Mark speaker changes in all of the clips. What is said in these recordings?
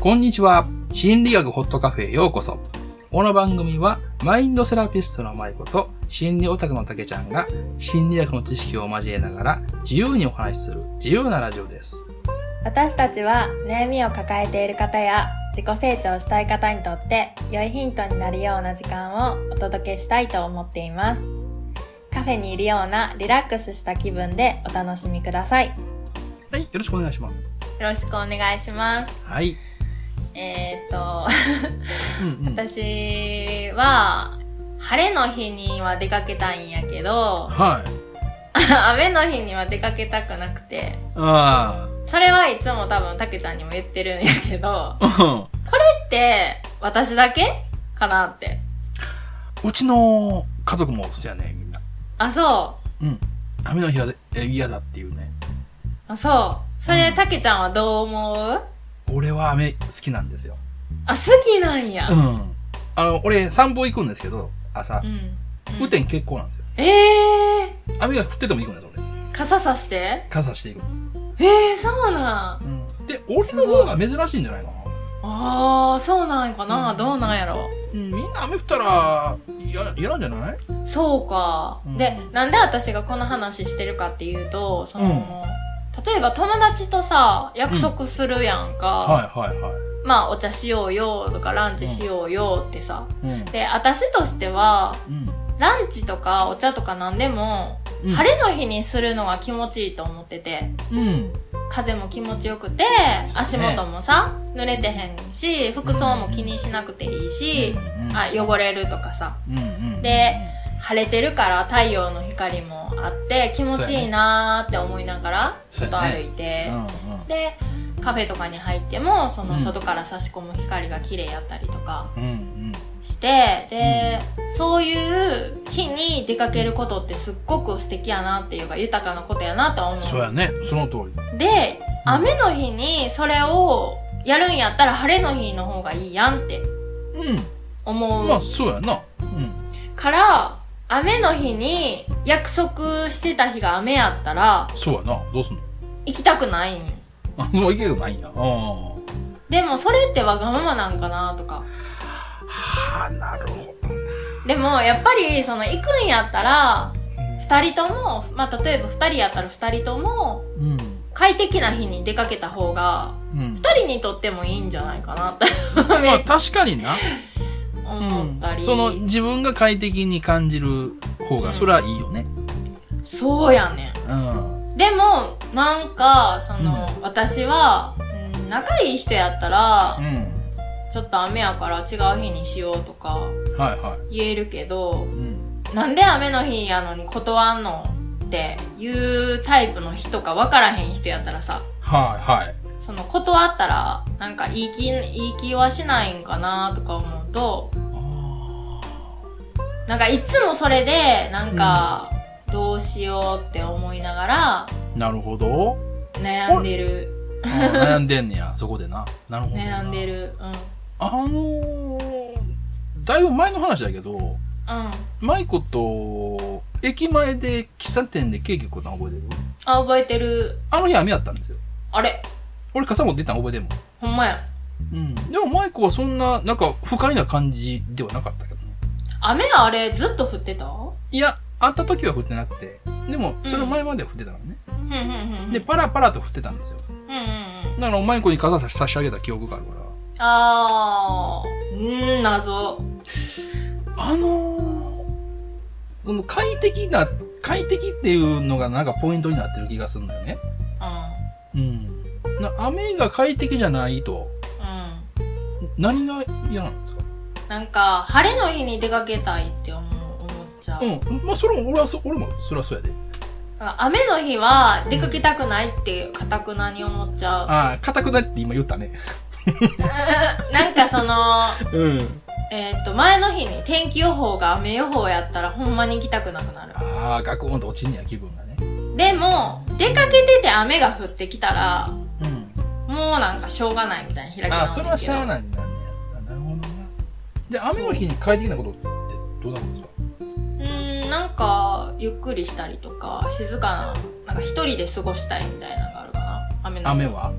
Speaker 1: こんにちは。心理学ホットカフェへようこそ。この番組は、マインドセラピストの舞子と、心理オタクの竹ちゃんが、心理学の知識を交えながら、自由にお話しする、自由なラジオです。
Speaker 2: 私たちは悩みを抱えている方や自己成長したい方にとって良いヒントになるような時間をお届けしたいと思っていますカフェにいるようなリラックスした気分でお楽しみくださいよ
Speaker 1: はい、よろしくお願いします。
Speaker 2: ろしくお願いします
Speaker 1: はい。
Speaker 2: えー、っと
Speaker 1: うんうん。
Speaker 2: 私は晴れの日には出かけたいんやけど
Speaker 1: はい。
Speaker 2: 雨の日には出かけたくなくて
Speaker 1: あ
Speaker 2: それはいつも多分たけちゃんにも言ってるんやけど
Speaker 1: あ。
Speaker 2: って私だけかなって
Speaker 1: うん。うちの家族もそうやね、みんな。
Speaker 2: あ、そ
Speaker 1: うん。雨の日はでえ嫌だっていうね。
Speaker 2: う。あ、そう。それ、たけちゃんはどう思う
Speaker 1: 俺は雨好きなんですよ。
Speaker 2: あ、好きなんや。
Speaker 1: うん。あの、俺散歩行くんですけど、朝
Speaker 2: う。ん。
Speaker 1: 雨天結構なんですよ。
Speaker 2: ええ
Speaker 1: 雨が降ってても行くんです、俺。
Speaker 2: ー、傘さして
Speaker 1: 傘していくんです。
Speaker 2: ええー、そうなん。
Speaker 1: で、俺の方が珍しいんじゃないかな。
Speaker 2: ああ、そうなんかな、
Speaker 1: うん
Speaker 2: どうなんやろ。
Speaker 1: うん、みんな雨降ったら、嫌、嫌なんじゃない
Speaker 2: そうか、
Speaker 1: うん
Speaker 2: で、なんで私がこの話してるかっていうと、その、
Speaker 1: うん
Speaker 2: 例えば友達とさ、約束するやんか。
Speaker 1: はいはいはい。
Speaker 2: まあ、お茶しようよとか、ランチしようよってさ。
Speaker 1: うん。
Speaker 2: で、私としては、
Speaker 1: うん。
Speaker 2: ランチとかお茶とか何でも、
Speaker 1: うん
Speaker 2: 晴れの日にするのが気持ちいいと思ってて
Speaker 1: うん。
Speaker 2: 風も気持ちよくて、
Speaker 1: そうね
Speaker 2: 足元もさ濡れてへんし服装も気にしなくていいし、あ汚れるとかさ
Speaker 1: うんうん。
Speaker 2: で晴れてるから太陽の光もあって気持ちいいなーって思いながらち
Speaker 1: そ
Speaker 2: ょ
Speaker 1: う
Speaker 2: っ
Speaker 1: や
Speaker 2: と
Speaker 1: ね
Speaker 2: 歩いて、
Speaker 1: うんうん。
Speaker 2: でカフェとかに入ってもそうの
Speaker 1: ん
Speaker 2: 外から差し込む光が綺麗やったりとか
Speaker 1: うんうん。
Speaker 2: してで、そういう日に出かけることってすっごく素敵やなっていうか豊かなことやなと思う
Speaker 1: そうやね、その通り。
Speaker 2: で雨の日にそれをやるんやったら晴れの日の方がいいやんって
Speaker 1: う
Speaker 2: 思
Speaker 1: ん。まあ、
Speaker 2: う
Speaker 1: そうやな。うん。
Speaker 2: から雨の日に約束してた日が雨やったら
Speaker 1: そうやな。どうすんの
Speaker 2: 行きたくないんよ
Speaker 1: あ、もう行けるないんや。ああ。
Speaker 2: でもそれってわがままなんかなとか
Speaker 1: はあ、なるほどね。
Speaker 2: でもやっぱりその行くんやったら2人とも、まあ、例えば2人やったら2人とも
Speaker 1: うん。
Speaker 2: 快適な日に出かけた方が
Speaker 1: うん。
Speaker 2: 2人にとってもいいんじゃないかなって
Speaker 1: まあ、確かにな。
Speaker 2: 思ったり、
Speaker 1: その自分が快適に感じる方がそれはいいよね。
Speaker 2: そうやねん
Speaker 1: うん。
Speaker 2: でもなんかその、私はうん仲いい人やったら、
Speaker 1: うん。
Speaker 2: ちょっと雨やから違う日にしようとか
Speaker 1: はいは
Speaker 2: 言えるけど
Speaker 1: い。うん。
Speaker 2: なんで雨の日やのに断んのっていうタイプの人か分からへん人やったらさ
Speaker 1: はいはい。
Speaker 2: その断ったらなんかいい気いい気はしないんかなとか思うとなんかいつもそれでなんかどうしようって思いなが
Speaker 1: なるほど。
Speaker 2: ら悩んでる
Speaker 1: あー悩んでんねや、そこでな。なるほどな。
Speaker 2: 悩んでるうん
Speaker 1: あのー、だいぶ前の話だけど、
Speaker 2: うん
Speaker 1: マイコと、駅前で喫茶店でケーキ食ったの覚えてる
Speaker 2: あ、覚えてる。
Speaker 1: あの日雨やったんですよ。
Speaker 2: あれ
Speaker 1: 俺傘持って行ったの覚えてるもん。
Speaker 2: ほんまや。
Speaker 1: うん。でもマイコはそんな、なんか不快な感じではなかったけどね。
Speaker 2: 雨はあれ、ずっと降ってた
Speaker 1: いや、会った時は降ってなくて、でも、その前までは降ってたのね。
Speaker 2: うんうんうんうん。
Speaker 1: で、パラパラと降ってたんですよ。
Speaker 2: うんうんうん。
Speaker 1: だから、お前子に傘差し差し上げた記憶があるから。
Speaker 2: あー、うーん、謎。
Speaker 1: あのー、この快適な、快適っていうのがなんかポイントになってる気がするんだよね。
Speaker 2: うん。
Speaker 1: うん。な雨が快適じゃないと、
Speaker 2: うん。
Speaker 1: 何が嫌なんですか
Speaker 2: なんか、晴れの日に出かけたいって思う、思っちゃう。
Speaker 1: うん。まあ、それも、俺はそ、俺も、それはそうやで。
Speaker 2: だから雨の日は出かけたくないって、かたくなに思っちゃう。
Speaker 1: ああ、硬くなって今言ったね。
Speaker 2: なんかその、
Speaker 1: うん。
Speaker 2: えっ、と、前の日に天気予報が雨予報やったら、ほんまに行きたくなくなる。
Speaker 1: ああ、ガクンと落ちんねや、気分がね。
Speaker 2: でも、出かけてて雨が降ってきたら、
Speaker 1: うん。
Speaker 2: もうなんかしょうがないみたいな開き直
Speaker 1: あ
Speaker 2: る
Speaker 1: あ、それはしゃあ
Speaker 2: い
Speaker 1: ないんだね。あなるほどな。で、雨の日に快適なことってどうなんですか
Speaker 2: うーんなんかゆっくりしたりとか静かななんか一人で過ごしたいみたいなのがあるかな雨の
Speaker 1: 雨は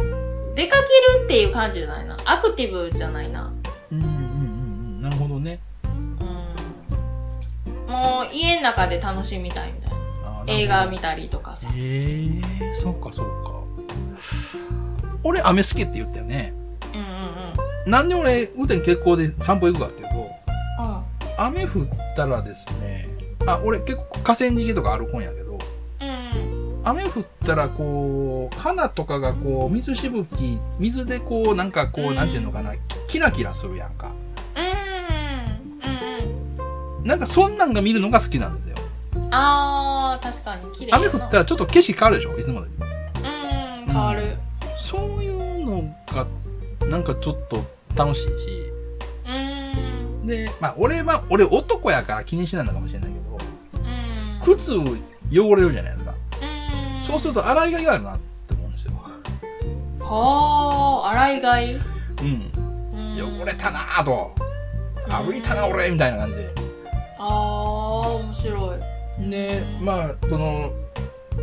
Speaker 2: う出かけるっていう感じじゃないなアクティブじゃないな
Speaker 1: うんうんうんうんなるほどね
Speaker 2: うんもう家の中で楽しみたいみたいな
Speaker 1: あー
Speaker 2: 映画
Speaker 1: なる
Speaker 2: 見たりとかさ
Speaker 1: ほどえー、そうかそうか俺雨好きって言ったよね
Speaker 2: うんうんうん
Speaker 1: なんで俺雨天結構で散歩行くかっていうと
Speaker 2: うん
Speaker 1: 雨降ったらですねあ俺結構河川敷とか歩くんやけど
Speaker 2: うん
Speaker 1: 雨降ったらこう花とかがこう水しぶき水でこうなんかこ
Speaker 2: う
Speaker 1: うんなんていうのかなキラキラするやんか
Speaker 2: うんうん
Speaker 1: なんかそんなんが見るのが好きなんですよ
Speaker 2: うんあー確かに綺麗や
Speaker 1: 雨
Speaker 2: な
Speaker 1: 降ったらちょっと景色変わるでしょいつもより
Speaker 2: うん変わる
Speaker 1: そういうのがなんかちょっと楽しいし
Speaker 2: うん
Speaker 1: でまあ俺は俺男やから気にしないのかもしれないけど
Speaker 2: うん
Speaker 1: 靴汚れるじゃないですか
Speaker 2: うん
Speaker 1: そうすると洗いがいがあるなって思うんですよ
Speaker 2: はあ洗いがい
Speaker 1: うん汚れたなぁと炙りたな俺みたいな感じで
Speaker 2: ああー面白い
Speaker 1: でまあその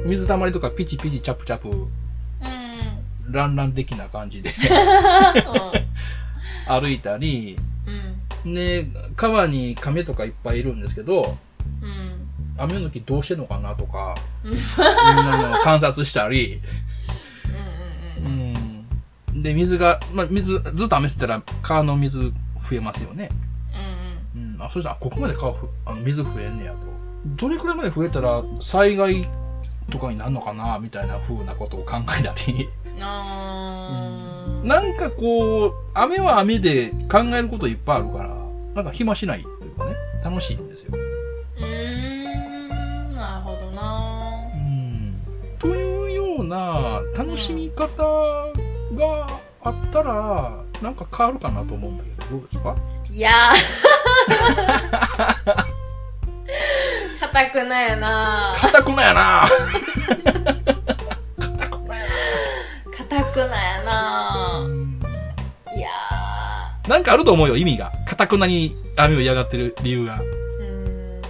Speaker 1: 水たまりとかピチピチチャプチャプ
Speaker 2: う
Speaker 1: ランラン的な感じで 歩いたり
Speaker 2: んうん
Speaker 1: で川に亀とかいっぱいいるんですけど
Speaker 2: うん
Speaker 1: 雨の時どうしてんのかなと か
Speaker 2: うん
Speaker 1: みんなの観察したり
Speaker 2: うんうんうん
Speaker 1: うんで水が、まあ、水ずっと雨降ってたら川の水増えますよね、
Speaker 2: うん
Speaker 1: うん、あそしたらここまで川ふあの水増えんねやとどれくらいまで増えたら災害とかになるのかなみたいな風なことを考えたり
Speaker 2: うんあー
Speaker 1: なんかこう、雨は雨で考えることいっぱいあるから、なんか暇しないというかね、楽しいんですよ。
Speaker 2: うーんなるほどな
Speaker 1: うん。というような楽しみ方があったら、なんか変わるかなと思うんだけど、どうですか
Speaker 2: いやー硬くないよな
Speaker 1: 硬くなやな硬くなや
Speaker 2: 硬くない
Speaker 1: な
Speaker 2: よなーいや
Speaker 1: なんかあると思うよ、意味が。硬くなに雨を嫌がってる理由が。
Speaker 2: ーう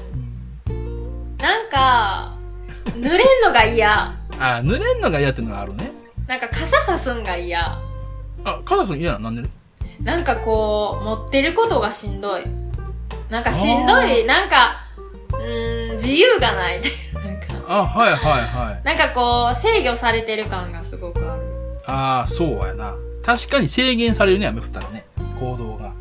Speaker 2: ーんなんか濡れんのが嫌
Speaker 1: あ、濡れんのが嫌ってのがあるね。
Speaker 2: なんか傘さすんが嫌
Speaker 1: あ、カナさん嫌なのなんでね
Speaker 2: なんかこう持ってることがしんどいなんかしんどいなんかうーん自由がないと いうか
Speaker 1: あ、はいはいはい。
Speaker 2: なんかこう制御されてる感がすごくある
Speaker 1: ああ、そうやな。確かに制限されるね、雨降ったらね。行動が。
Speaker 2: う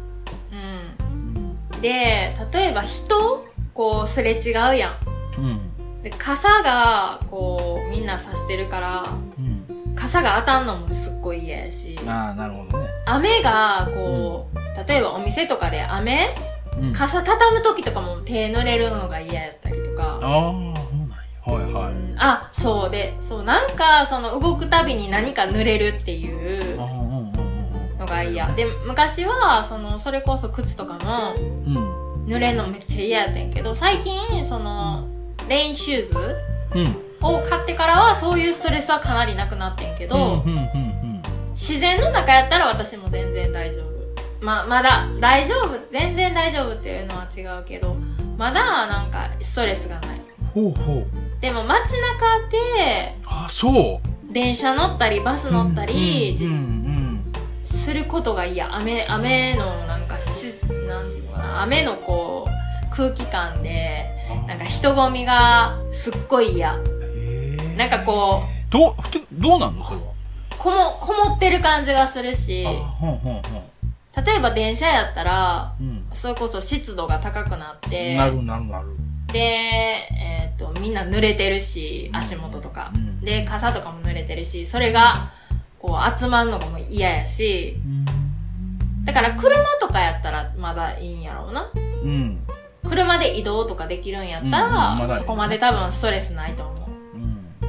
Speaker 1: うん。
Speaker 2: んで例えば人こうすれ違うや
Speaker 1: うん。
Speaker 2: んで傘がこうみんなさしてるから傘が当たんのもすっごい嫌やし
Speaker 1: ああ、なるほどね。
Speaker 2: 雨がこう、例えばお店とかで雨
Speaker 1: うん、あ
Speaker 2: 傘畳む時とかも手濡れるのが嫌やったりとか
Speaker 1: あ、そうなんや。はいはい。
Speaker 2: うんあそうでそうなんかその動くたびに何か濡れるっていう
Speaker 1: ああ、うんうん
Speaker 2: のが嫌で昔はそのそれこそ靴とかも
Speaker 1: うんうん。うん。
Speaker 2: 濡れるのめっちゃ嫌やったんやけど最近そのレインシューズ
Speaker 1: うん。
Speaker 2: を買ってからはそういうストレスはかなりなくなってんけど、
Speaker 1: うんうんうん
Speaker 2: 自然の中やったら私も全然大丈夫ままだ大丈夫全然大丈夫っていうのは違うけどまだなんかストレスがない
Speaker 1: うん。ほうほう。
Speaker 2: でも街中で
Speaker 1: ああ、そう。
Speaker 2: 電車乗ったりバス乗ったり、
Speaker 1: うんうん
Speaker 2: することが嫌雨雨のなんかしなんていうのかな雨のこう空気感で
Speaker 1: うん。
Speaker 2: なんか人混みがすっごい嫌なんかこ
Speaker 1: う。どう、てどうなんのそれは。
Speaker 2: こもこもってる感じがするし
Speaker 1: ああ、ほんほん
Speaker 2: 例えば電車やったら
Speaker 1: ほん。うん。
Speaker 2: それこそ湿度が高くなって
Speaker 1: なるなるなる。
Speaker 2: で、えー、とみんな濡れてるし足元とか
Speaker 1: うん
Speaker 2: で傘とかも濡れてるしそれがこう集まんのも嫌やし
Speaker 1: うん。
Speaker 2: だから車とかやったらまだいいんやろうな
Speaker 1: うん。
Speaker 2: 車で移動とかできるんやったら、
Speaker 1: うんうんまだ
Speaker 2: そこまで多分ストレスないと思う
Speaker 1: う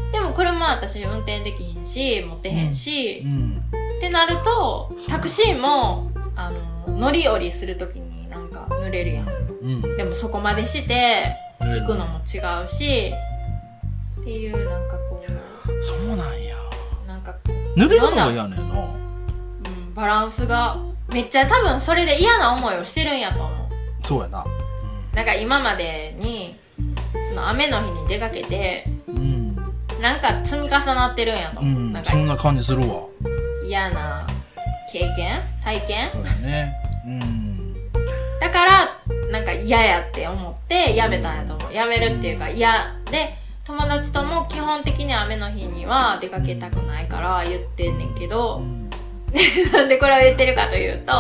Speaker 1: ん。
Speaker 2: でも車は私運転できひんし持ってへん
Speaker 1: う
Speaker 2: し、
Speaker 1: ん。
Speaker 2: ってなると
Speaker 1: そう
Speaker 2: タクシーもあの乗り降りするときになんか濡れるやん
Speaker 1: うん。
Speaker 2: でもそこまでして行くのも違うし、っていうなんかこ
Speaker 1: そうなんや。
Speaker 2: うなんか、
Speaker 1: 濡れるのが嫌ねんな。
Speaker 2: うん、バランスがめっちゃ多分それで嫌な思いをしてるんやと思う
Speaker 1: そうやな。
Speaker 2: なんか今までにその雨の日に出かけて
Speaker 1: うん。
Speaker 2: なんか積み重なってるんやと
Speaker 1: う
Speaker 2: 思う、
Speaker 1: ん
Speaker 2: なん。か
Speaker 1: そんな感じするわ。
Speaker 2: 嫌な経験体験
Speaker 1: そうだね。うん。
Speaker 2: だからなんか嫌やって思ってやめたんやと思うやめるっていうか嫌で友達とも基本的に雨の日には出かけたくないから言ってんねんけど なんでこれを言ってるかというと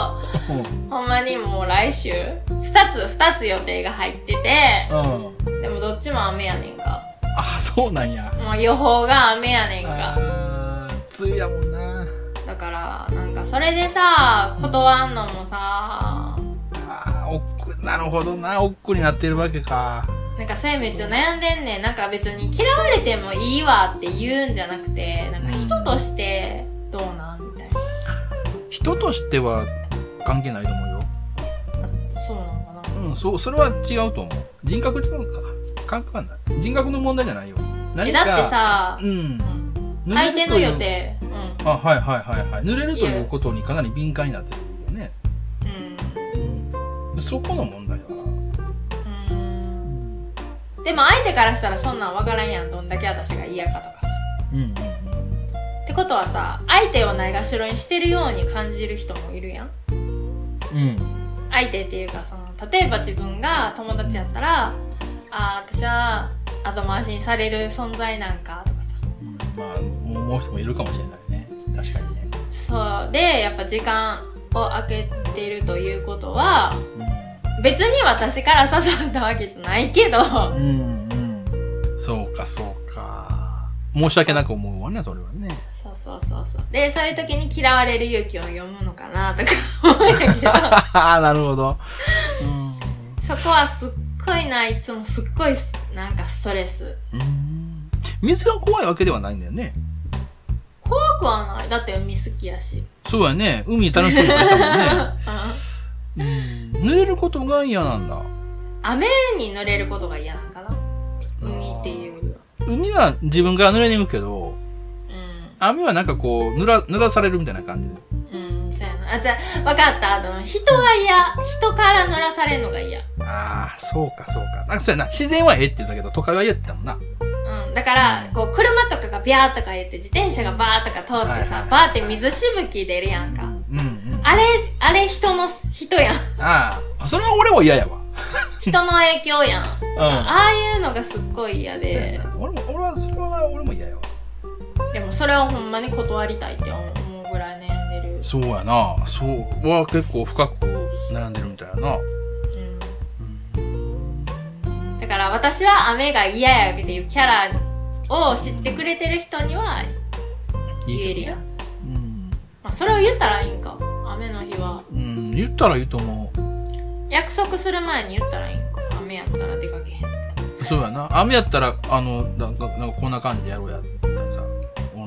Speaker 2: ほんまにもう来週2つ2つ予定が入ってて
Speaker 1: うん。
Speaker 2: でもどっちも雨やねんか
Speaker 1: あ、そうなんや。
Speaker 2: もう予報が雨やねんか
Speaker 1: あー、梅雨やもんな。
Speaker 2: だからなんかそれでさ断んのもさ
Speaker 1: あー、おっく、なるほどな。おっくになってるわけか。
Speaker 2: なんかそれめっちゃ悩んでんねんなんか別に嫌われてもいいわって言うんじゃなくてなんか人としてどうなんみたいな
Speaker 1: 人としては関係ないと思うよ。
Speaker 2: そうなのか
Speaker 1: うん、そう、それは違うと思う。人格ってことか。感覚はない。人格の問題じゃないよ。
Speaker 2: な
Speaker 1: 何
Speaker 2: えだっ
Speaker 1: か。
Speaker 2: てさ
Speaker 1: う、ん
Speaker 2: う。ん
Speaker 1: 濡れ
Speaker 2: 相
Speaker 1: るとい
Speaker 2: 手
Speaker 1: う
Speaker 2: の予。定うん
Speaker 1: あ、はいはいはいはい。濡れるということにかなり敏感になってるよね。
Speaker 2: うん
Speaker 1: うん。そこの問題だな。
Speaker 2: うんでも相手からしたらそんなん分からんやんどんだけ私が嫌かとかさ
Speaker 1: うんうん
Speaker 2: ってことはさ相手をないがしろにしてるように感じる人もいるやん
Speaker 1: うん。
Speaker 2: 相手っていうかその例えば自分が友達やったらあー私は後回しにされる存在なんかとかさ
Speaker 1: うん。まあ、もうもう人もいるかもしれないね。確かにね。
Speaker 2: そうでやっぱ時間を空けてるということは
Speaker 1: う
Speaker 2: 別に私から誘ったわけじゃないけど
Speaker 1: ん。うんうん。そうかそうか。申し訳なく思うわね、それはね。
Speaker 2: そうそうそうそうでそういう時に嫌われる勇気を読むのかなとか 思うんだけど
Speaker 1: なるほど。うん。
Speaker 2: そこはすっごいないつもすっごいなんかストレス
Speaker 1: うん水が怖いわけではないんだよね。
Speaker 2: 怖くはないだって海好きやし、
Speaker 1: そうやね。海楽しみに行 った
Speaker 2: うん
Speaker 1: もんね。うん。濡れることが嫌なんだ。
Speaker 2: 雨に濡れることが嫌なんかな海っていうよりは
Speaker 1: 海は自分から濡れに行くけど、
Speaker 2: う
Speaker 1: 雨はなんかこう、濡ら、濡らされるみたいな感じ。
Speaker 2: んうんそうやなあじゃあ分かったあの人が嫌人から濡らされるのが嫌
Speaker 1: ああ、そうかそうか。なんかそうやな。自然はええって言ったけど、都会は嫌って言ったもんな。
Speaker 2: うん、だからこう車とかがビャーとか言って自転車がバーとか通って
Speaker 1: はいはいは
Speaker 2: さ
Speaker 1: い
Speaker 2: バーって水しぶき出るやんか
Speaker 1: うんうん。
Speaker 2: あれあれ人の人やん
Speaker 1: ああ、それは俺も嫌やわ。
Speaker 2: 人の影響やん
Speaker 1: うん。
Speaker 2: ああいうのがすっごい嫌
Speaker 1: そうや
Speaker 2: で
Speaker 1: な俺も、俺は、それは俺も嫌やわ。
Speaker 2: でもそれはほんまに断りたいって思うぐらい悩んでる
Speaker 1: そうやな。そう。は結構深く悩んでるみたいやな。
Speaker 2: うんだから私は雨が嫌やっていうキャラを知ってくれてる人には言えるやん、
Speaker 1: うん。
Speaker 2: まあ、それを言ったらいいんか雨の日は
Speaker 1: うん、言ったらいいと思
Speaker 2: 約束する前に言ったらいいんか雨やったら出かけへん
Speaker 1: う。そうやな。雨やったら、あの、なんか、なんかこんな感じでやろうやったりさ。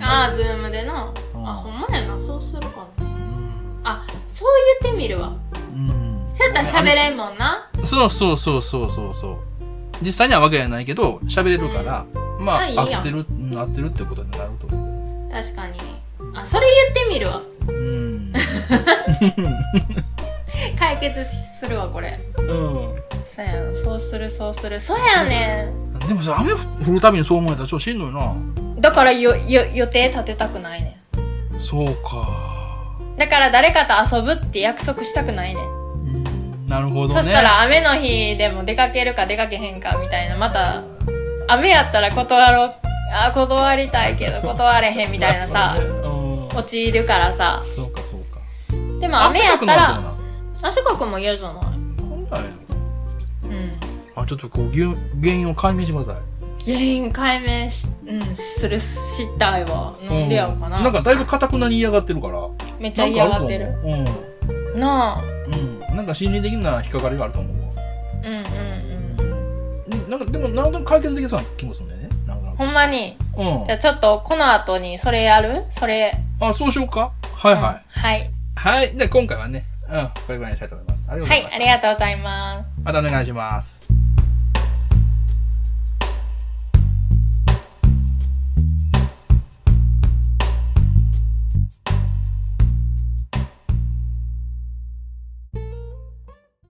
Speaker 2: ああズームでな
Speaker 1: うん
Speaker 2: あほんまやなそうするかな
Speaker 1: うん
Speaker 2: あそう言ってみるわ
Speaker 1: うん。
Speaker 2: そうやったら喋れんもんな
Speaker 1: そうそうそうそうそうそう。実際にはわけじゃないけど、喋れるから、ま
Speaker 2: あいいや
Speaker 1: あ、
Speaker 2: ん
Speaker 1: 合ってる、うん合ってるってことになると思
Speaker 2: 確かにあそれ言ってみるわ
Speaker 1: う。うん。
Speaker 2: 解決するわこれ
Speaker 1: うん。
Speaker 2: そうやなそうするそうするそうやね
Speaker 1: でもさ、雨降るたびにそう思えたら超しんどいな。
Speaker 2: んだからよよ予定立てたくないね
Speaker 1: そうか。
Speaker 2: んだから誰かと遊ぶって約束したくないねん
Speaker 1: うんなるほどね。
Speaker 2: そしたら雨の日でも出かけるか出かけへんかみたいなまた雨やったら断ろうあ断りたいけ ど断れへんみたいなさ
Speaker 1: うん
Speaker 2: 陥るからさ
Speaker 1: そうかそうか。
Speaker 2: でも雨やったら
Speaker 1: あ、
Speaker 2: 汗かくも嫌じゃない
Speaker 1: 本来
Speaker 2: うん
Speaker 1: あ、ちょっとこう、原原因を解明してください。
Speaker 2: 原因解明し、うん、するしたいわなんでやろうかな,、
Speaker 1: なんかだいぶ固くなり嫌がってるから。
Speaker 2: めっちゃ嫌がって
Speaker 1: な
Speaker 2: る
Speaker 1: んかあると
Speaker 2: なあ
Speaker 1: 思う。うん。うん。なんか心理的な引っかかりがあると思うわ。
Speaker 2: うんうんうん
Speaker 1: うんなんかでも、なんとなく解決できそうな気もするんだよね。なんか
Speaker 2: ほんまに
Speaker 1: うん
Speaker 2: じゃあちょっとこの後にそれやるそれ
Speaker 1: あ、そうしようか。はいはい。
Speaker 2: うんはい、
Speaker 1: はい。じゃあ今回はね、うん、これぐらいにしたいと思います。ありがとうござい
Speaker 2: はい
Speaker 1: まし、た。
Speaker 2: ありがとうございます
Speaker 1: またお願いします。